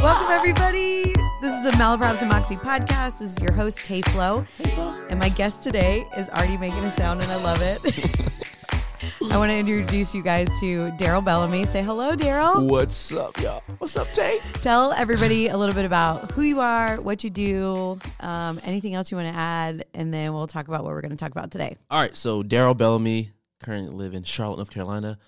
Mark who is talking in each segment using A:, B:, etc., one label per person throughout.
A: Welcome, everybody. This is the Malabrows and Moxie podcast. This is your host, Tay Flo. And my guest today is already making a sound, and I love it. I want to introduce you guys to Daryl Bellamy. Say hello, Daryl.
B: What's up, y'all? What's up, Tay?
A: Tell everybody a little bit about who you are, what you do, um, anything else you want to add, and then we'll talk about what we're going to talk about today.
B: All right, so Daryl Bellamy, currently live in Charlotte, North Carolina.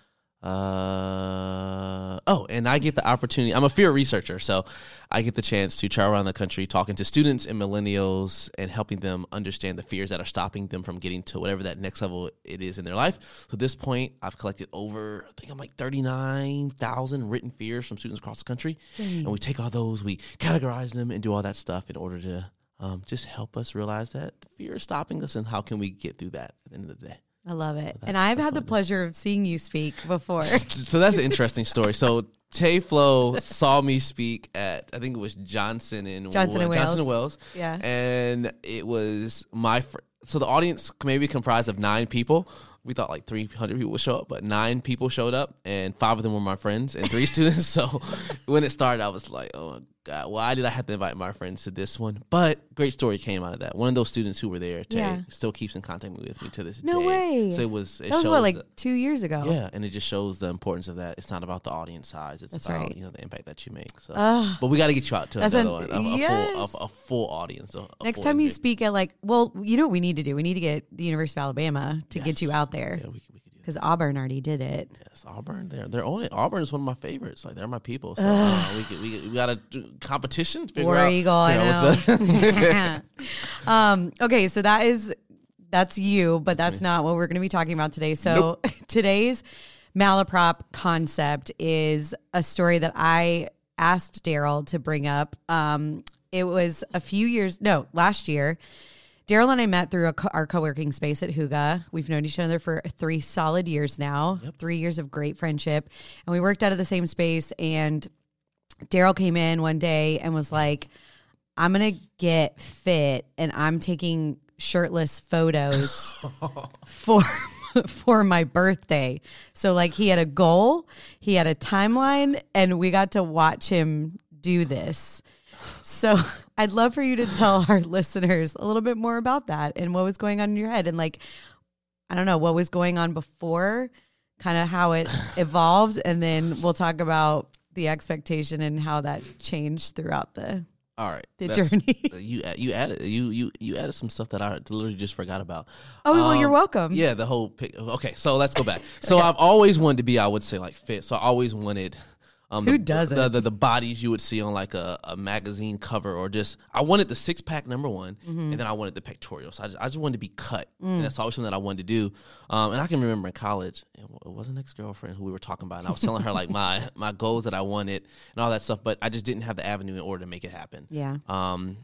B: Uh, oh, and I get the opportunity. I'm a fear researcher, so I get the chance to travel around the country talking to students and millennials and helping them understand the fears that are stopping them from getting to whatever that next level it is in their life. So at this point, I've collected over, I think I'm like 39,000 written fears from students across the country. And we take all those, we categorize them, and do all that stuff in order to um, just help us realize that the fear is stopping us and how can we get through that at the end of the day.
A: I love it. And I've had the pleasure of seeing you speak before.
B: so that's an interesting story. So Tay Flo saw me speak at I think it was Johnson in
A: Johnson and
B: Johnson and Wales.
A: Yeah.
B: and it was my fr- so the audience maybe comprised of nine people. We thought like 300 people would show up, but nine people showed up, and five of them were my friends and three students. So when it started, I was like, oh my God, why did I have to invite my friends to this one? But great story came out of that. One of those students who were there, Tay,
A: Yeah.
B: still keeps in contact with me to this
A: No
B: day.
A: way.
B: So it was, it
A: That was
B: shows
A: what, like
B: the-
A: two years ago?
B: yeah, and it just shows the importance of that. It's not about the audience size; it's
A: That's
B: about
A: right.
B: you know the impact that you make. So,
A: Ugh.
B: but we got to get you out to
A: That's
B: another
A: an-
B: one, a, a,
A: yes.
B: full, a, a full audience. a- a
A: Next
B: full
A: time you
B: engagement.
A: speak at like, well, you know what we need to do? We need to get the University of Alabama to get you
B: Yes.
A: out there
B: yeah, we could, we could do
A: because Auburn already did it.
B: that. Yes, Auburn, they're they're only Auburn is one of my favorites. Like they're my people. So uh, we could, we, could, we got a do competition. Figure
A: War
B: out,
A: Eagle, I
B: figure out what's better.
A: know. um, okay, so that is that's you, but that's not what we're going to be talking about today. So today's malaprop concept is a story that I asked Daryl to bring up. Um, it was a few years, no, last year. Daryl and I met through a co- our co-working space at Huga. We've known each other for three solid years now, three years of great friendship, and we worked out of the same space. And Daryl came in one day and was like, I'm going to get fit and I'm taking shirtless photos for for my birthday. So like he had a goal, he had a timeline and we got to watch him do this. So I'd love for you to tell our listeners a little bit more about that and what was going on in your head and like I don't know what was going on before, kind of how it evolved, and then we'll talk about the expectation and how that changed throughout the
B: All right,
A: the
B: that's-
A: journey.
B: You add- you added you you you added some stuff that I literally just forgot about.
A: Oh, well, you're welcome.
B: Yeah, the whole pic. Okay, so let's go back. So I've always wanted to be, I would say, like fit. So I always wanted. Um,
A: Who
B: the,
A: doesn't?
B: The, the, the bodies you would see on like a, a magazine cover or just I wanted the six pack number one
A: Mm-hmm.
B: and then I wanted the pectorals. I just, I just wanted to be cut
A: Mm.
B: and that's always something that I wanted to do. Um, and I can remember in college it wa- it was an ex girlfriend who we were talking about and I was telling her like my my goals that I wanted and all that stuff, but I just didn't have the avenue in order to make it happen.
A: Yeah.
B: Um,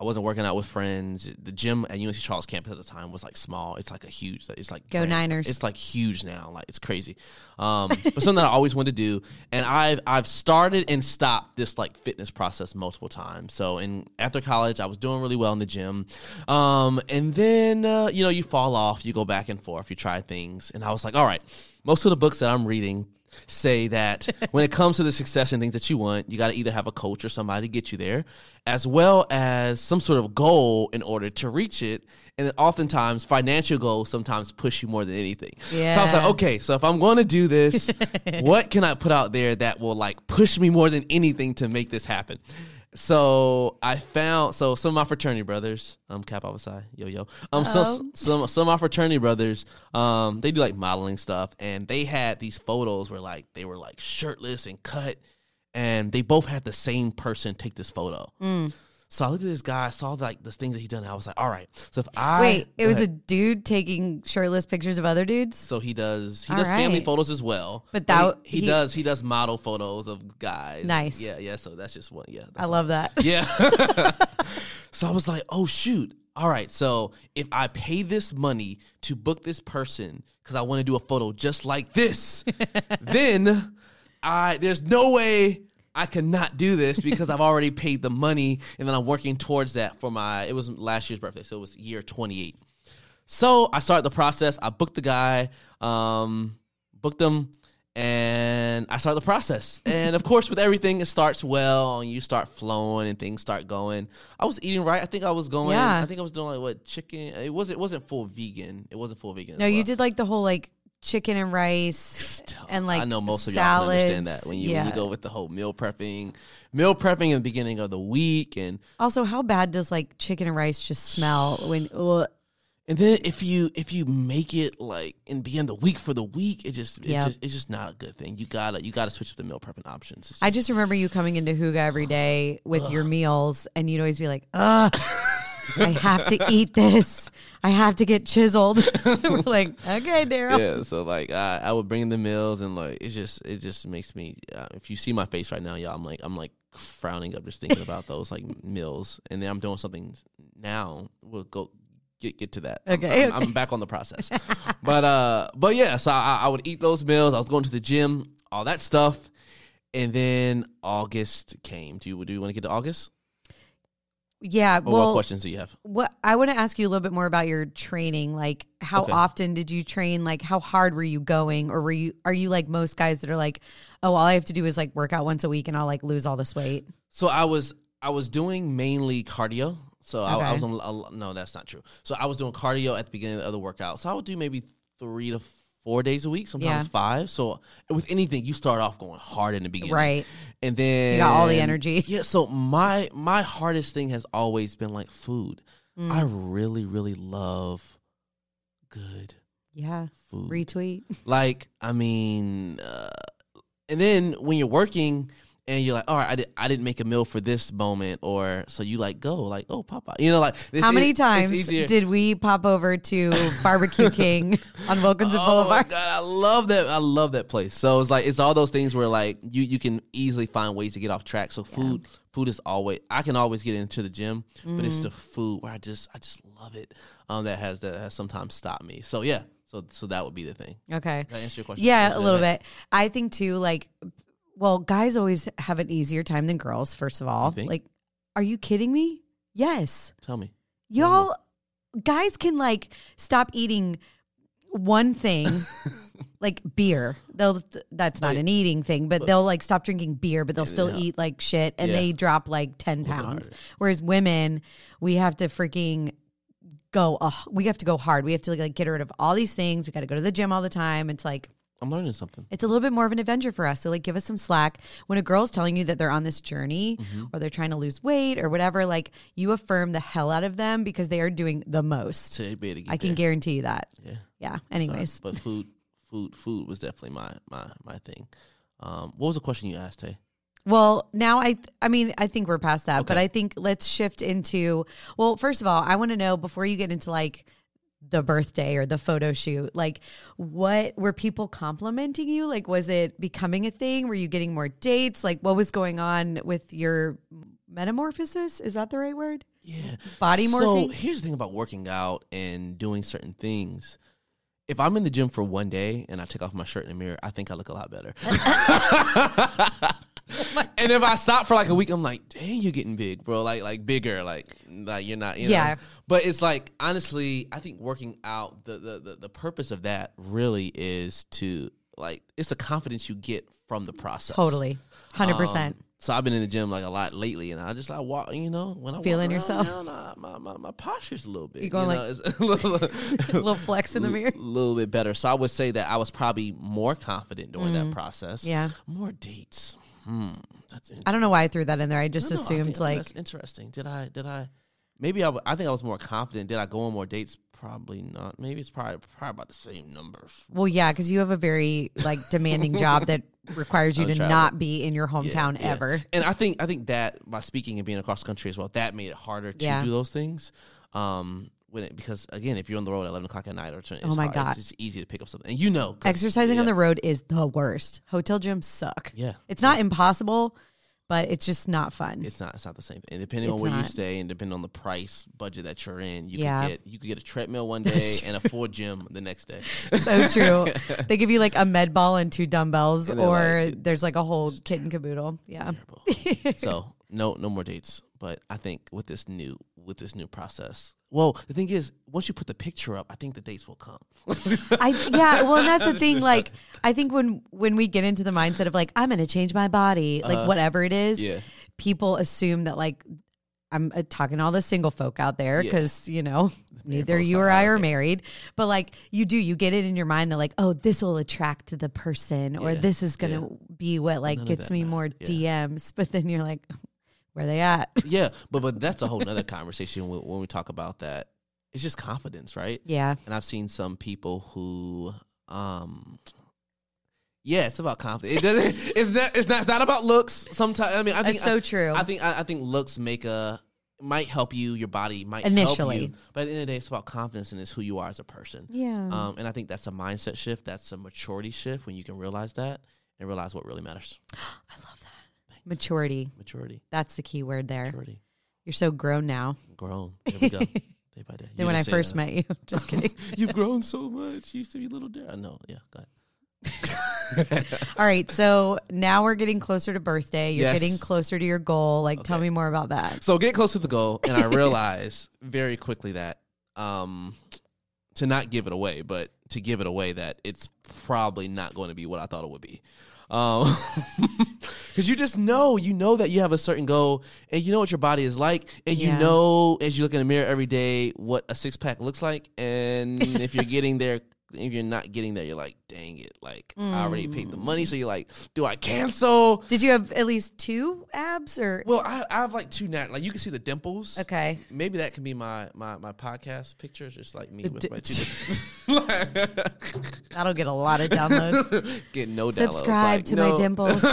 B: I wasn't working out with friends. The gym at UNC Charles campus at the time was like small. It's like a huge. It's like
A: Go
B: brand-
A: Niners.
B: It's like huge now. Like it's crazy. Um, but something that I always wanted to do, and I've I've started and stopped this like fitness process multiple times. So in after college, I was doing really well in the gym, um, and then uh, you know you fall off. You go back and forth. You try things, and I was like, all right. Most of the books that I'm reading say that when it comes to the success and things that you want, you got to either have a coach or somebody to get you there, as well as some sort of goal in order to reach it. And then oftentimes, financial goals sometimes push you more than anything. So I was
A: Yeah.
B: like, okay, so if I'm going to do this, what can I put out there that will like push me more than anything to make this happen? So I found so some of my fraternity brothers, um, Cap Alpha Psi, yo yo,
A: Oh.
B: um, some some some of my fraternity brothers, um, they do like modeling stuff, and they had these photos where like they were like shirtless and cut, and they both had the same person take this photo.
A: Mm.
B: So I looked at this guy, I saw like the things that he done, and I was like, all right. So if I
A: Wait, it
B: Go
A: was
B: ahead.
A: a dude taking shirtless pictures of other dudes.
B: So he does he
A: All
B: does family
A: right.
B: photos as well.
A: But
B: And
A: that-
B: he, he
A: he-
B: does he does model photos of guys.
A: Nice.
B: Yeah, yeah. So that's just one. Yeah,
A: I
B: that's
A: love that.
B: yeah. so I was like, oh shoot. All right. So if I pay this money to book this person because I want to do a photo just like this, then I there's no way I cannot do this because I've already paid the money and then I'm working towards that for my it was last year's birthday, so it was year twenty eight. So I started the process. I booked the guy, um, booked him, and and I started the process. And of course, with everything, it starts well, and you start flowing, and things start going. I was eating right. I think I was going.
A: Yeah.
B: I think I was doing like what chicken. It wasn't. It wasn't full vegan. It wasn't full vegan. as
A: No, you
B: well.
A: did like the whole like chicken and rice and like
B: I know most of y'all can
A: salads.
B: understand that when you, when you go with the whole meal prepping, meal prepping in the beginning of the week, and
A: Also, how bad does like chicken and rice just smell when? Ugh.
B: and then if you if you make it like and begin the week for the week, it just it's
A: Yeah.
B: just it's just not a good thing. You gotta you gotta switch up the meal prepping options. It's
A: I just remember you coming into Huga every day with your meals, and you'd always be like, "Ugh, I have to eat this. I have to get chiseled." We're like, "Okay, Daryl."
B: yeah so like I i would bring in the meals and like it just it just makes me uh, if you see my face right now y'all i'm like i'm like frowning up just thinking about those like meals and then i'm doing something now we'll go get get to that I'm-
A: Okay,
B: I'm, I'm back on the process but uh but yeah so I, I would eat those meals i was going to the gym all that stuff and then august came do you do you want to get to august
A: Yeah.
B: or Oh, what
A: well,
B: questions do you have
A: what I want to ask you a little bit more about your training. Like, how
B: Okay.
A: often did you train? Like, how hard were you going, or were you are you like most guys that are like, "Oh, all I have to do is like work out once a week, and I'll like lose all this weight."
B: So I was I was doing mainly cardio. So I, I
A: Okay.
B: was on a, no, that's not true. So I was doing cardio at the beginning of the workout. So I would do maybe three to four days a week, sometimes
A: Yeah.
B: five. So with anything, you start off going hard in the beginning,
A: Right.
B: And then
A: You got all the energy.
B: Yeah. So my my hardest thing has always been like food. I
A: Mm.
B: really really love good
A: Yeah.
B: food.
A: Retweet.
B: Like, I mean, uh, and then when you're working and you're like, all right, I, did, I didn't make a meal for this moment, or so you like go, like, oh, Papa. You know, like, it's-
A: How
B: it-
A: many
B: it's
A: times
B: easier.
A: did we pop over to Barbecue King on Wilkinson
B: Oh my
A: Boulevard?
B: god, I love that! I love that place. So it's like it's all those things where like you you can easily find ways to get off track. So food food is always I can always get into the gym, but it's the
A: Mm.
B: food where I just I just love it. Um, that has that has sometimes stopped me. So yeah, so so that would be the thing.
A: Okay.
B: Did I answer your question?
A: Yeah, a little bit. I think too, like, well, guys always have an easier time than girls, first of all.
B: think?
A: Like, are you kidding me? Yes.
B: Tell me.
A: Y'all, guys can like stop eating one thing. Like beer, they'll that's not
B: Wait.
A: an eating thing, but they'll like stop drinking beer, but they'll still
B: yeah.
A: eat like shit, and
B: Yeah.
A: they drop like ten
B: bit
A: pounds.
B: harder.
A: Whereas women, we have to freaking go. Uh, we have to go hard. We have to like get rid of all these things. We got to go to the gym all the time. It's like
B: I'm learning something.
A: it's a little bit more of an adventure for us. So like give us some slack. When a girl's telling you that they're on this journey or they're trying to lose weight or whatever, like you affirm the hell out of them because they are doing the most.
B: to be able to get
A: I can
B: there.
A: guarantee you that.
B: yeah.
A: Yeah. Anyways.
B: But food, food, food was definitely my my my thing. Um, what was the question you asked, Tay?
A: Well, now I th- I mean, I think we're past that, but
B: Okay.
A: I think let's shift into well, first of all, I want to know before you get into like the birthday or the photo shoot, like what were people complimenting you? Like was it becoming a thing? Were you getting more dates? Like what was going on with your metamorphosis? Is that the right word?
B: Yeah,
A: Body
B: So
A: morphing?
B: here's the thing about working out and doing certain things. If I'm in the gym for one day and I take off my shirt in the mirror, I think I look a lot better. and if I stop for like a week, I'm like, dang, you're getting big, bro. Like, like bigger. Like, like you're not. You know?
A: Yeah.
B: But it's like honestly, I think working out the, the the the purpose of that really is to like it's the confidence you get from the process.
A: Totally. 100%.
B: Um, so I've been in the gym like a lot lately, and I just like walk. You know, when I walk
A: Feeling
B: around
A: yourself?
B: now, nah, my, my my posture's a little bit.
A: You going
B: know, it's a little,
A: little flex in the mirror.
B: a little bit better. So I would say that I was probably more confident during that process.
A: Mm. Yeah.
B: more dates. Hmm, that's interesting.
A: I don't know why I threw that in there. I just
B: No, I
A: assumed
B: think- oh,
A: like
B: that's interesting. Did I? Did I? Maybe I. w- I think I was more confident. Did I go on more dates? Probably not. Maybe it's probably probably about the same numbers.
A: Well, yeah, because you have a very like demanding job that requires you to
B: travel.
A: not be in your
B: Yeah,
A: hometown
B: yeah.
A: ever.
B: And I think I think that by speaking and being across country as well, that made it harder to
A: Yeah.
B: do those things. Um, when it, because again, if you're on the road at eleven o'clock at night or it's
A: Oh my
B: hard,
A: God.
B: it's, it's easy to pick up something, and you know, 'cause-
A: Exercising on
B: yeah,
A: the road is the worst. Hotel gyms suck.
B: yeah,
A: It's not impossible, but it's just not fun.
B: it's not it's not the same. And depending on
A: It's
B: where you
A: not.
B: stay, and depending on the price budget that you're in, you
A: Yeah.
B: could get you could get a treadmill one day and a full gym the next day.
A: so true. they give you like a med ball and two dumbbells,
B: And they're
A: or there's like a whole kit and caboodle. Yeah.
B: so no no more dates. But I think with this new with this new process, well, the thing is, once you put the picture up, I think the dates will come.
A: I yeah, well, and that's the thing. Like, I think when when we get into the mindset of like, I'm going to change my body, like whatever it is,
B: Uh-huh. yeah.
A: people assume that like I'm uh, talking to all the single folk out there
B: Yeah.
A: because you know neither
B: folks
A: you
B: don't
A: or
B: know
A: I
B: that.
A: are married, but like you do, you get it in your mind that like, oh, this will attract the person, or
B: Yeah,
A: this is going to be what like
B: none of
A: gets
B: that
A: me
B: matter.
A: more
B: Yeah.
A: DMs, but then you're like, where they at?
B: yeah, but but that's a whole nother conversation when, when we talk about that. It's just confidence, right?
A: yeah,
B: And I've seen some people who, um, yeah, it's about confidence. It doesn't. it's not. It's not. It's not about looks. Sometimes I mean, I think
A: that's so true.
B: I, I think I, I think looks make a might help you. Your body might
A: Initially.
B: help you, but at the end of the day, it's about confidence and it's who you are as a person.
A: yeah,
B: Um, and I think that's a mindset shift. That's a maturity shift when you can realize that and realize what really matters.
A: maturity.
B: Maturity.
A: That's the key word there.
B: Maturity.
A: You're so grown now
B: Grown. There we go. day by day.
A: than when I first met you. Just kidding.
B: You've grown so much. You used to be little dare. I know. Yeah. Go ahead.
A: All right, so now we're getting closer to birthday. You're
B: Yes.
A: getting closer to your goal. Like, tell
B: Okay.
A: me more about that.
B: So get close to the goal, and I realized very quickly that um, to not give it away, but to give it away, that it's probably not going to be what I thought it would be. Um, because you just know, you know that you have a certain goal, and you know what your body is like, and you
A: Yeah.
B: know as you look in the mirror every day what a six pack looks like, and if you're getting there. If you're not getting there, you're like, dang it! Like I already paid the money, so you're like, do I cancel?
A: Did you have at least two abs or
B: Well, I, I have like two nat, like you can see the dimples.
A: okay?
B: Maybe that can be my my my podcast picture, just like me with
A: d-
B: my two.
A: That'll get a lot of downloads.
B: Get no downloads.
A: Subscribe
B: Like,
A: to
B: no,
A: my dimples.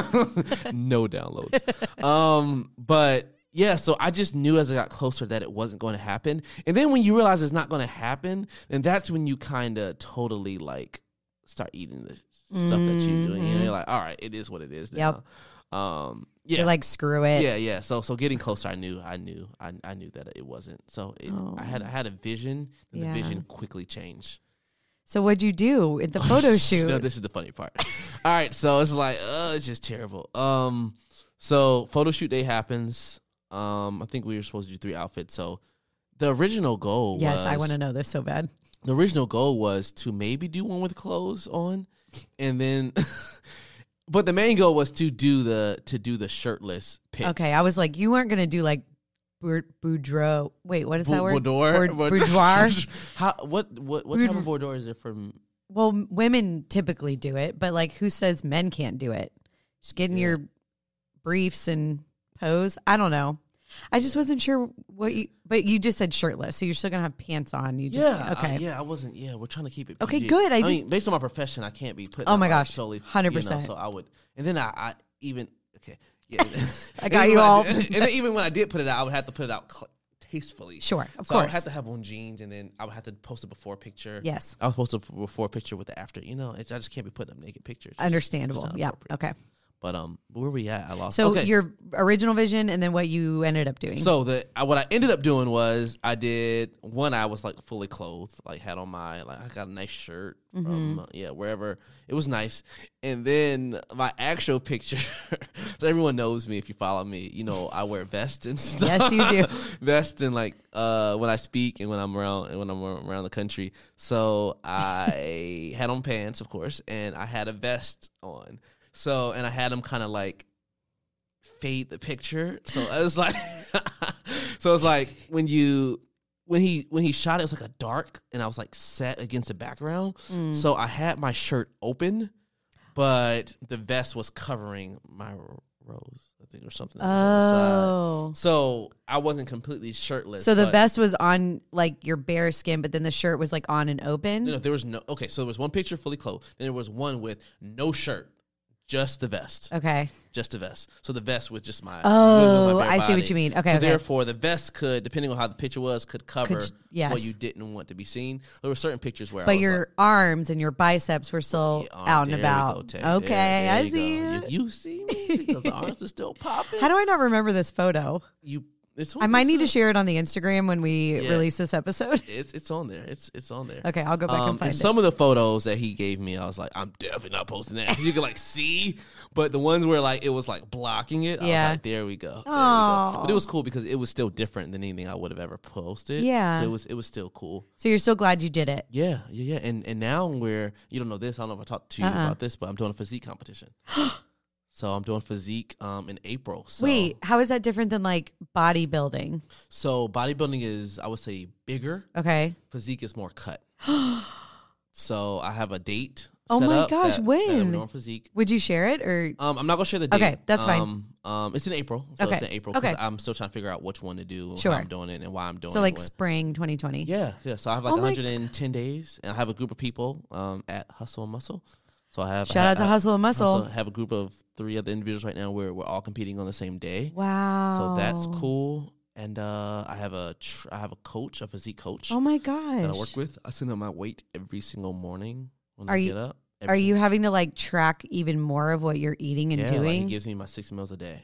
B: no downloads. Um, but yeah, so I just knew as I got closer that it wasn't going to happen. And then when you realize it's not going to happen, then that's when you kind of totally like start eating the stuff that you're doing. And you're like, all right, it is what it is now.
A: Mm-hmm. Yep.
B: Um, yeah.
A: You're like, screw it.
B: Yeah, yeah. So so getting closer, I knew, I knew, I, I knew that it wasn't. So it, I had I had a vision, and
A: Oh. Yeah.
B: the vision quickly changed.
A: So what'd you do
B: Oh,
A: at the photo
B: No,
A: shoot?
B: this is the funny part. All right, so it's like, uh, it's just terrible. Um, so photo shoot day happens. Um, I think we were supposed to do three outfits. So the original goal,
A: Yes,
B: was,
A: I want to know this so bad.
B: the original goal was to maybe do one with clothes on and then but the main goal was to do the to do the shirtless pic.
A: Okay, I was like, you weren't gonna do like bou- boudreaux. Wait, what is
B: Bu-
A: that word?
B: Boudoir.
A: Bour-
B: Bou-
A: Boudoir.
B: How, what what what type of boudoir is it from?
A: Well, m- women typically do it, but like, who says men can't do it? Just get in
B: Yeah.
A: your briefs and pose. I don't know. I just wasn't sure what you, but you just said shirtless, so you're still gonna have pants on. You just okay.
B: I, yeah, I wasn't. Yeah, we're trying to keep it.
A: Okay,
B: PG.
A: good, I just-
B: mean, based on my profession, I can't be put.
A: Oh my gosh,
B: solely, you know,
A: 100%.
B: So I would, and then I, I even okay. Yeah,
A: I
B: And
A: got
B: even
A: you
B: when
A: all.
B: did- and then even when I did put it out, I would have to put it out cl- tastefully.
A: Sure, of
B: So I would
A: course.
B: have to have on jeans, and then I would have to post a before picture.
A: Yes.
B: I was supposed to before picture with the after. You know, it's, I just can't be putting up naked pictures. It's just-
A: Understandable.
B: it's not
A: yeah.
B: appropriate.
A: Okay.
B: But um, where we at? I lost.
A: So
B: okay.
A: your original vision and then what you ended up doing.
B: So the I- what I ended up doing was I did one. I was like fully clothed, like had on my like I got a nice shirt from uh, yeah wherever it was nice. And then my actual picture. so everyone knows me if you follow me. You know I wear vests and stuff.
A: Yes, you do.
B: vests and like uh when I speak and when I'm around and when I'm around the country. So I had on pants, of course, and I had a vest on. So and I had them kind of like fade the picture. So I was like, so it's like when you when he when he shot it, it was like a dark, and I was like set against the background.
A: Mm.
B: So I had my shirt open, but the vest was covering my r- rose, I think, or something. That was on the side.
A: oh.
B: So I wasn't completely shirtless.
A: So the
B: but-
A: vest was on like your bare skin, but then the shirt was like on and open.
B: No, no, there was no. Okay, so there was one picture fully clothed. Then there was one with no shirt, just the vest.
A: Okay.
B: just the vest. So the vest was just my
A: Oh,
B: my bare
A: I see what
B: body.
A: you mean. Okay,
B: So
A: okay.
B: therefore, the vest could, depending on how the picture was, could cover
A: Could- yes.
B: what you didn't want to be seen. There were certain pictures where, I
A: But
B: was
A: your
B: like,
A: arms and your biceps were still
B: "Arm,
A: out
B: there
A: and
B: we go,
A: about.
B: Tay, there-
A: okay,
B: there
A: I
B: you go.
A: see. it.
B: You, you see me? 'Cause the arms are still popping.
A: How do I not remember this photo?
B: you It's on-
A: I might
B: it's
A: need to
B: on-
A: share it on the Instagram when we
B: Yeah.
A: release this episode.
B: It's it's on there. It's it's on there.
A: Okay, I'll go back and find it.
B: Um, some of the photos that he gave me, I was like, I'm definitely not posting that. 'Cause You could like see, but the ones where like it was like blocking it, I
A: Yeah.
B: was like, there we go. There we go.
A: Aw.
B: But it was cool because it was still different than anything I would have ever posted.
A: Yeah.
B: so it was it was still cool.
A: So you're so glad you did it.
B: Yeah, yeah, yeah. And and now we're you don't know this. I don't know if I talked to you
A: Uh-uh.
B: about this, but I'm doing a physique competition. so I'm doing physique um in April. So
A: Wait, how is that different than like bodybuilding?
B: so bodybuilding is I would say bigger.
A: Okay.
B: physique is more cut. so I have a date.
A: Oh
B: set
A: my
B: up
A: gosh,
B: that- that
A: when?
B: we're doing physique.
A: Would you share it or
B: Um, I'm not gonna share the date.
A: Okay, that's fine.
B: Um, um, it's in April, so it's
A: Okay,
B: in April. 'cause
A: okay.
B: I'm still trying to figure out which one to do,
A: Sure.
B: how I'm doing it, and why I'm doing
A: so
B: it.
A: like
B: when.
A: spring 2020?
B: yeah, yeah. So I have like
A: Oh my
B: 110 days, and I have a group of people um, at Hustle and Muscle. So I have
A: Shout out to
B: I- I-
A: Hustle and Muscle.
B: I have a group of three other individuals right now where we're all competing on the same day.
A: Wow.
B: So that's cool. And uh, I have a tr- I have a coach, a physique coach
A: Oh my gosh.
B: that I work with. I send them my weight every single morning when
A: Are
B: I
A: you-
B: get up.
A: Are
B: Every-
A: you having to like track even more of what you're eating and
B: yeah, like,
A: doing?
B: he gives me my six meals a day.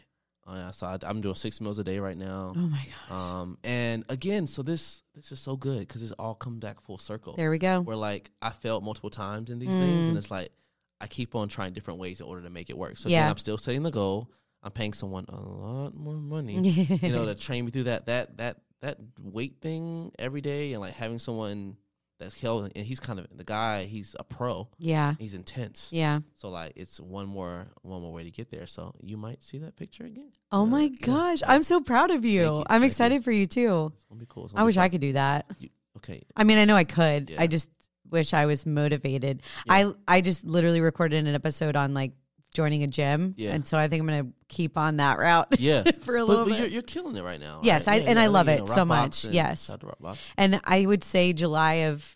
B: Oh, yeah, so I, I'm doing six meals a day right now.
A: oh my gosh.
B: Um, and again, so this this is so good because it's all come back full circle.
A: there we go.
B: Where like I failed multiple times in these things, and
A: Mm.
B: it's like I keep on trying different ways in order to make it work. So
A: Yeah.
B: again, I'm still setting the goal. I'm paying someone a lot more money you know, to train me through that that that that weight thing every day, and like having someone that's held and he's kind of the guy. He's a pro.
A: yeah.
B: He's intense.
A: Yeah.
B: So like, it's one more one more way to get there. So you might see that picture again.
A: Oh
B: Yeah,
A: my
B: yeah.
A: gosh. I'm so proud of you.
B: Thank you,
A: I'm
B: thank you.
A: excited for you too.
B: It's gonna be cool. It's gonna
A: I
B: be
A: wish
B: fun.
A: I could do that.
B: Okay.
A: I mean, I know I could.
B: Yeah.
A: I just wish I was motivated.
B: Yeah.
A: I I just literally recorded an episode on like joining a gym,
B: Yeah.
A: and so I think I'm gonna keep on that route
B: Yeah.
A: for a
B: But,
A: little
B: but you're,
A: bit.
B: you're killing it right now.
A: Yes,
B: right?
A: I- and I love
B: you
A: it so
B: Rockbox
A: much.
B: and-
A: Yes.
B: shout out to Rockbox.
A: And I would say July of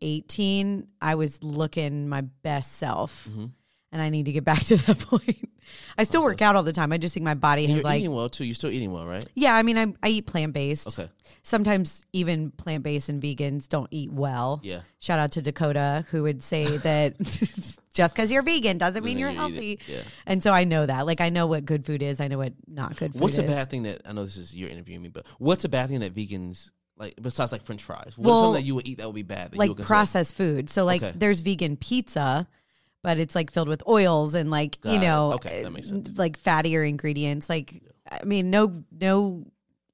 A: 2018, I was looking my best self,
B: Mhm.
A: and I need to get back to that point. I still work out all the time. I just think my body
B: And
A: has
B: You're
A: like.
B: eating well too. You're still eating well, right?
A: Yeah, I mean, I, I eat plant based.
B: Okay.
A: Sometimes even plant based and vegans don't eat well.
B: Yeah.
A: Shout out to Dakota, who would say that just because you're vegan doesn't mean
B: Then
A: you're
B: you eat
A: healthy.
B: it. Yeah.
A: And so I know that. Like, I know what good food is. I know what not good food
B: What's
A: is.
B: a bad thing that I know this is you're interviewing me, but what's a bad thing that vegans like besides like French fries? What's
A: Well,
B: something that you would eat that would be bad? That you
A: like,
B: would consider-
A: processed food. So, like,
B: Okay.
A: there's vegan pizza, but it's like filled with oils and, like,
B: Got
A: you
B: it.
A: know,
B: Okay, that makes sense.
A: like fattier ingredients. Like, I mean, no, no.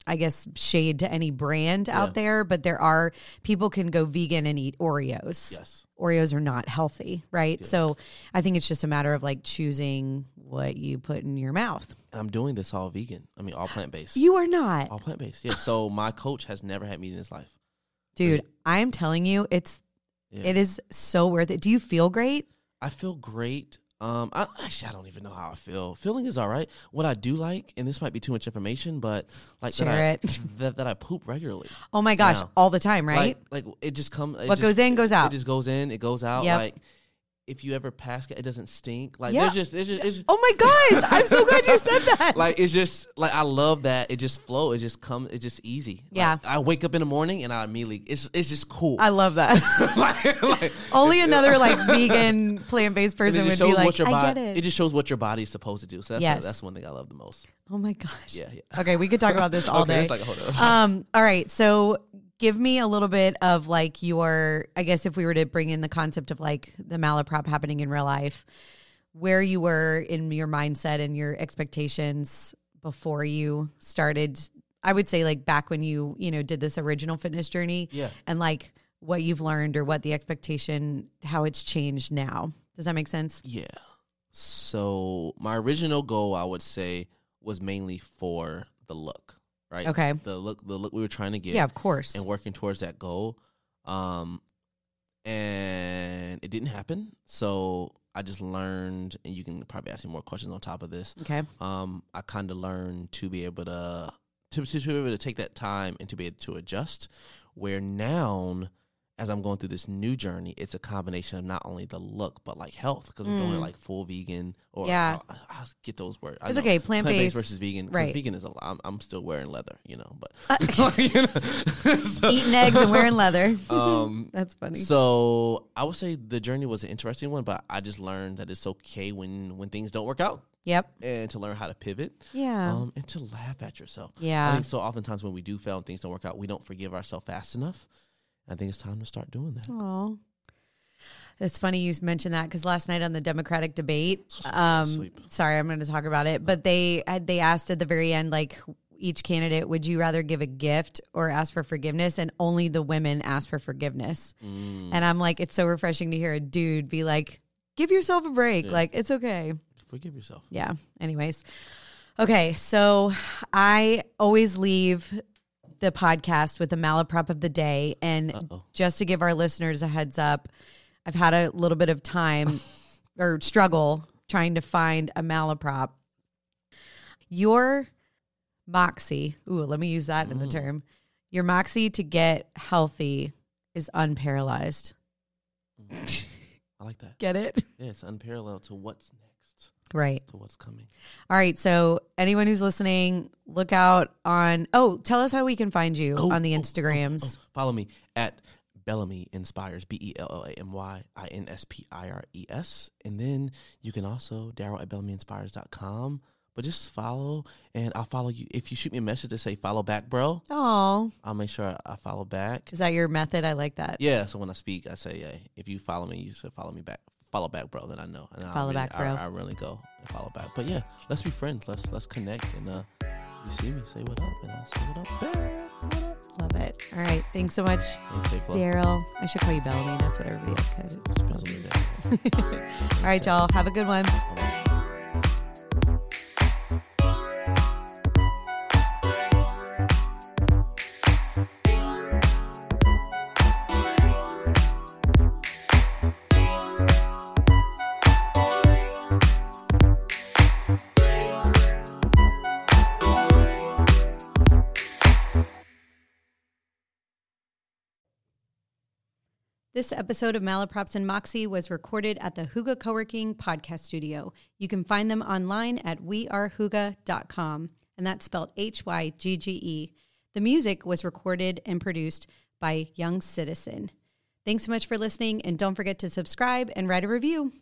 A: I guess shade to any brand
B: Yeah.
A: out there, but there are people can go vegan and eat Oreos.
B: Yes.
A: Oreos are not healthy, right? So I think it's just a matter of like choosing what you put in your mouth.
B: And I'm doing this all vegan. I mean all plant based.
A: You are not.
B: all plant based. Yeah. So my coach has never had meat in his life.
A: Dude, I'm telling you, it's
B: Yeah.
A: it is so worth it. Do you feel great?
B: I feel great. Um, I, actually, I don't even know how I feel. Feeling is all right. What I do like, and this might be too much information, but like that
A: Share
B: I,
A: it.
B: That, that I poop regularly.
A: Oh my gosh,
B: No.
A: all the time, right?
B: Like, like it just comes.
A: What goes in, goes out.
B: It just goes in. It goes out.
A: Yep.
B: Like if you ever pass, it it doesn't stink. Like
A: Yeah.
B: there's just there's just, it's just
A: oh my gosh, I'm so glad you said that.
B: like it's just like I love that it just flow. It just comes. It's just easy. Like,
A: Yeah.
B: I wake up in the morning and I immediately it's it's just cool.
A: I love that.
B: like, like,
A: Only
B: it's-
A: another like vegan plant based
B: and
A: person
B: it
A: would
B: just
A: be
B: shows
A: like,
B: what your
A: I
B: body.
A: get it.
B: just shows what your body is supposed to do. So that's
A: Yes.
B: that's one thing I love the most.
A: oh my gosh.
B: Yeah, yeah.
A: Okay, we could talk about this all
B: okay,
A: day.
B: It's like hold up.
A: um all right so give me a little bit of like your i guess if we were to bring in the concept of like the malaprop happening in real life where you were in your mindset and your expectations before you started i would say like back when you you know did this original fitness journey
B: Yeah.
A: and like what you've learned or what the expectation how it's changed now does that make sense
B: Yeah. So my original goal, I would say, was mainly for the look, right?
A: Okay.
B: The look, the look we were trying to get,
A: yeah, of course
B: and working towards that goal. Um, and it didn't happen. So I just learned, and you can probably ask me more questions on top of this.
A: okay
B: Um, I kind of learned to be able to to, to to be able to take that time and to be able to adjust. Where now, as I'm going through this new journey, it's a combination of not only the look but like health because we're doing
A: Mm.
B: like full vegan or
A: Yeah.
B: I, I- I get those words. I
A: it's
B: know.
A: okay plant based
B: Plant-based versus vegan. 'cause
A: Right.
B: Vegan is a. I'm, I'm still wearing leather, you know, but
A: Uh,
B: You know, so-
A: eating eggs and wearing leather
B: Um,
A: that's funny
B: so I would say the journey was an interesting one, but I just learned that it's okay when when things don't work out.
A: Yep.
B: and to learn how to pivot.
A: Yeah.
B: Um, and to laugh at yourself. I
A: Yeah.
B: think so oftentimes when we do fail and things don't work out, we don't forgive ourselves fast enough. I think it's time to start doing that.
A: Oh. It's funny you mentioned that because last night on the Democratic debate,
B: Sleep,
A: um,
B: sleep.
A: sorry, I'm going to talk about it, but they had they asked at the very end, like each candidate, would you rather give a gift or ask for forgiveness? And only the women asked for forgiveness, and I'm like, it's so refreshing to hear a dude be like, give yourself a break, like it's okay.
B: Forgive yourself.
A: Yeah. Anyways, okay, so I always leave the podcast with a malaprop of the day, and
B: Uh-oh.
A: just to give our listeners a heads up, I've had a little bit of time or struggle trying to find a malaprop. Your moxie, ooh, let me use that in the term. Your moxie to get healthy is unparalyzed.
B: I like that.
A: Get it?
B: Yeah, it's unparalleled to what's next,
A: Right.
B: to what's coming.
A: All right. So anyone who's listening, look out on. Oh, tell us how we can find you
B: Oh,
A: on the
B: oh, oh,
A: Instagrams.
B: Oh, follow me at Bellamy Inspires, B E L L A M Y I N S P I R E S. And then you can also, Daryl at BellamyInspires.com. But just follow, and I'll follow you. If you shoot me a message to say follow back, bro,
A: Oh,
B: I'll make sure I follow back.
A: is that your method? I like that.
B: Yeah, so when I speak, I say, yeah, if you follow me, you should follow me back. Follow back, bro. Then I know. And I
A: Follow
B: really,
A: back, bro.
B: I, I really go and follow back. But yeah, let's be friends. Let's let's connect. And uh, you see me, say what up, and I'll say what up back. What up?
A: Love it. All right. Thanks so much,
B: And stay flow.
A: Daryl. I should call you Bellamy. That's what everybody else calls you.
B: Depends on the day.
A: All right, y'all. Have a good one. This episode of Malaprops and Moxie was recorded at the Huga Coworking Podcast Studio. You can find them online at wearehuga.com, and that's spelled H Y G G E. The music was recorded and produced by Young Citizen. Thanks so much for listening, and don't forget to subscribe and write a review.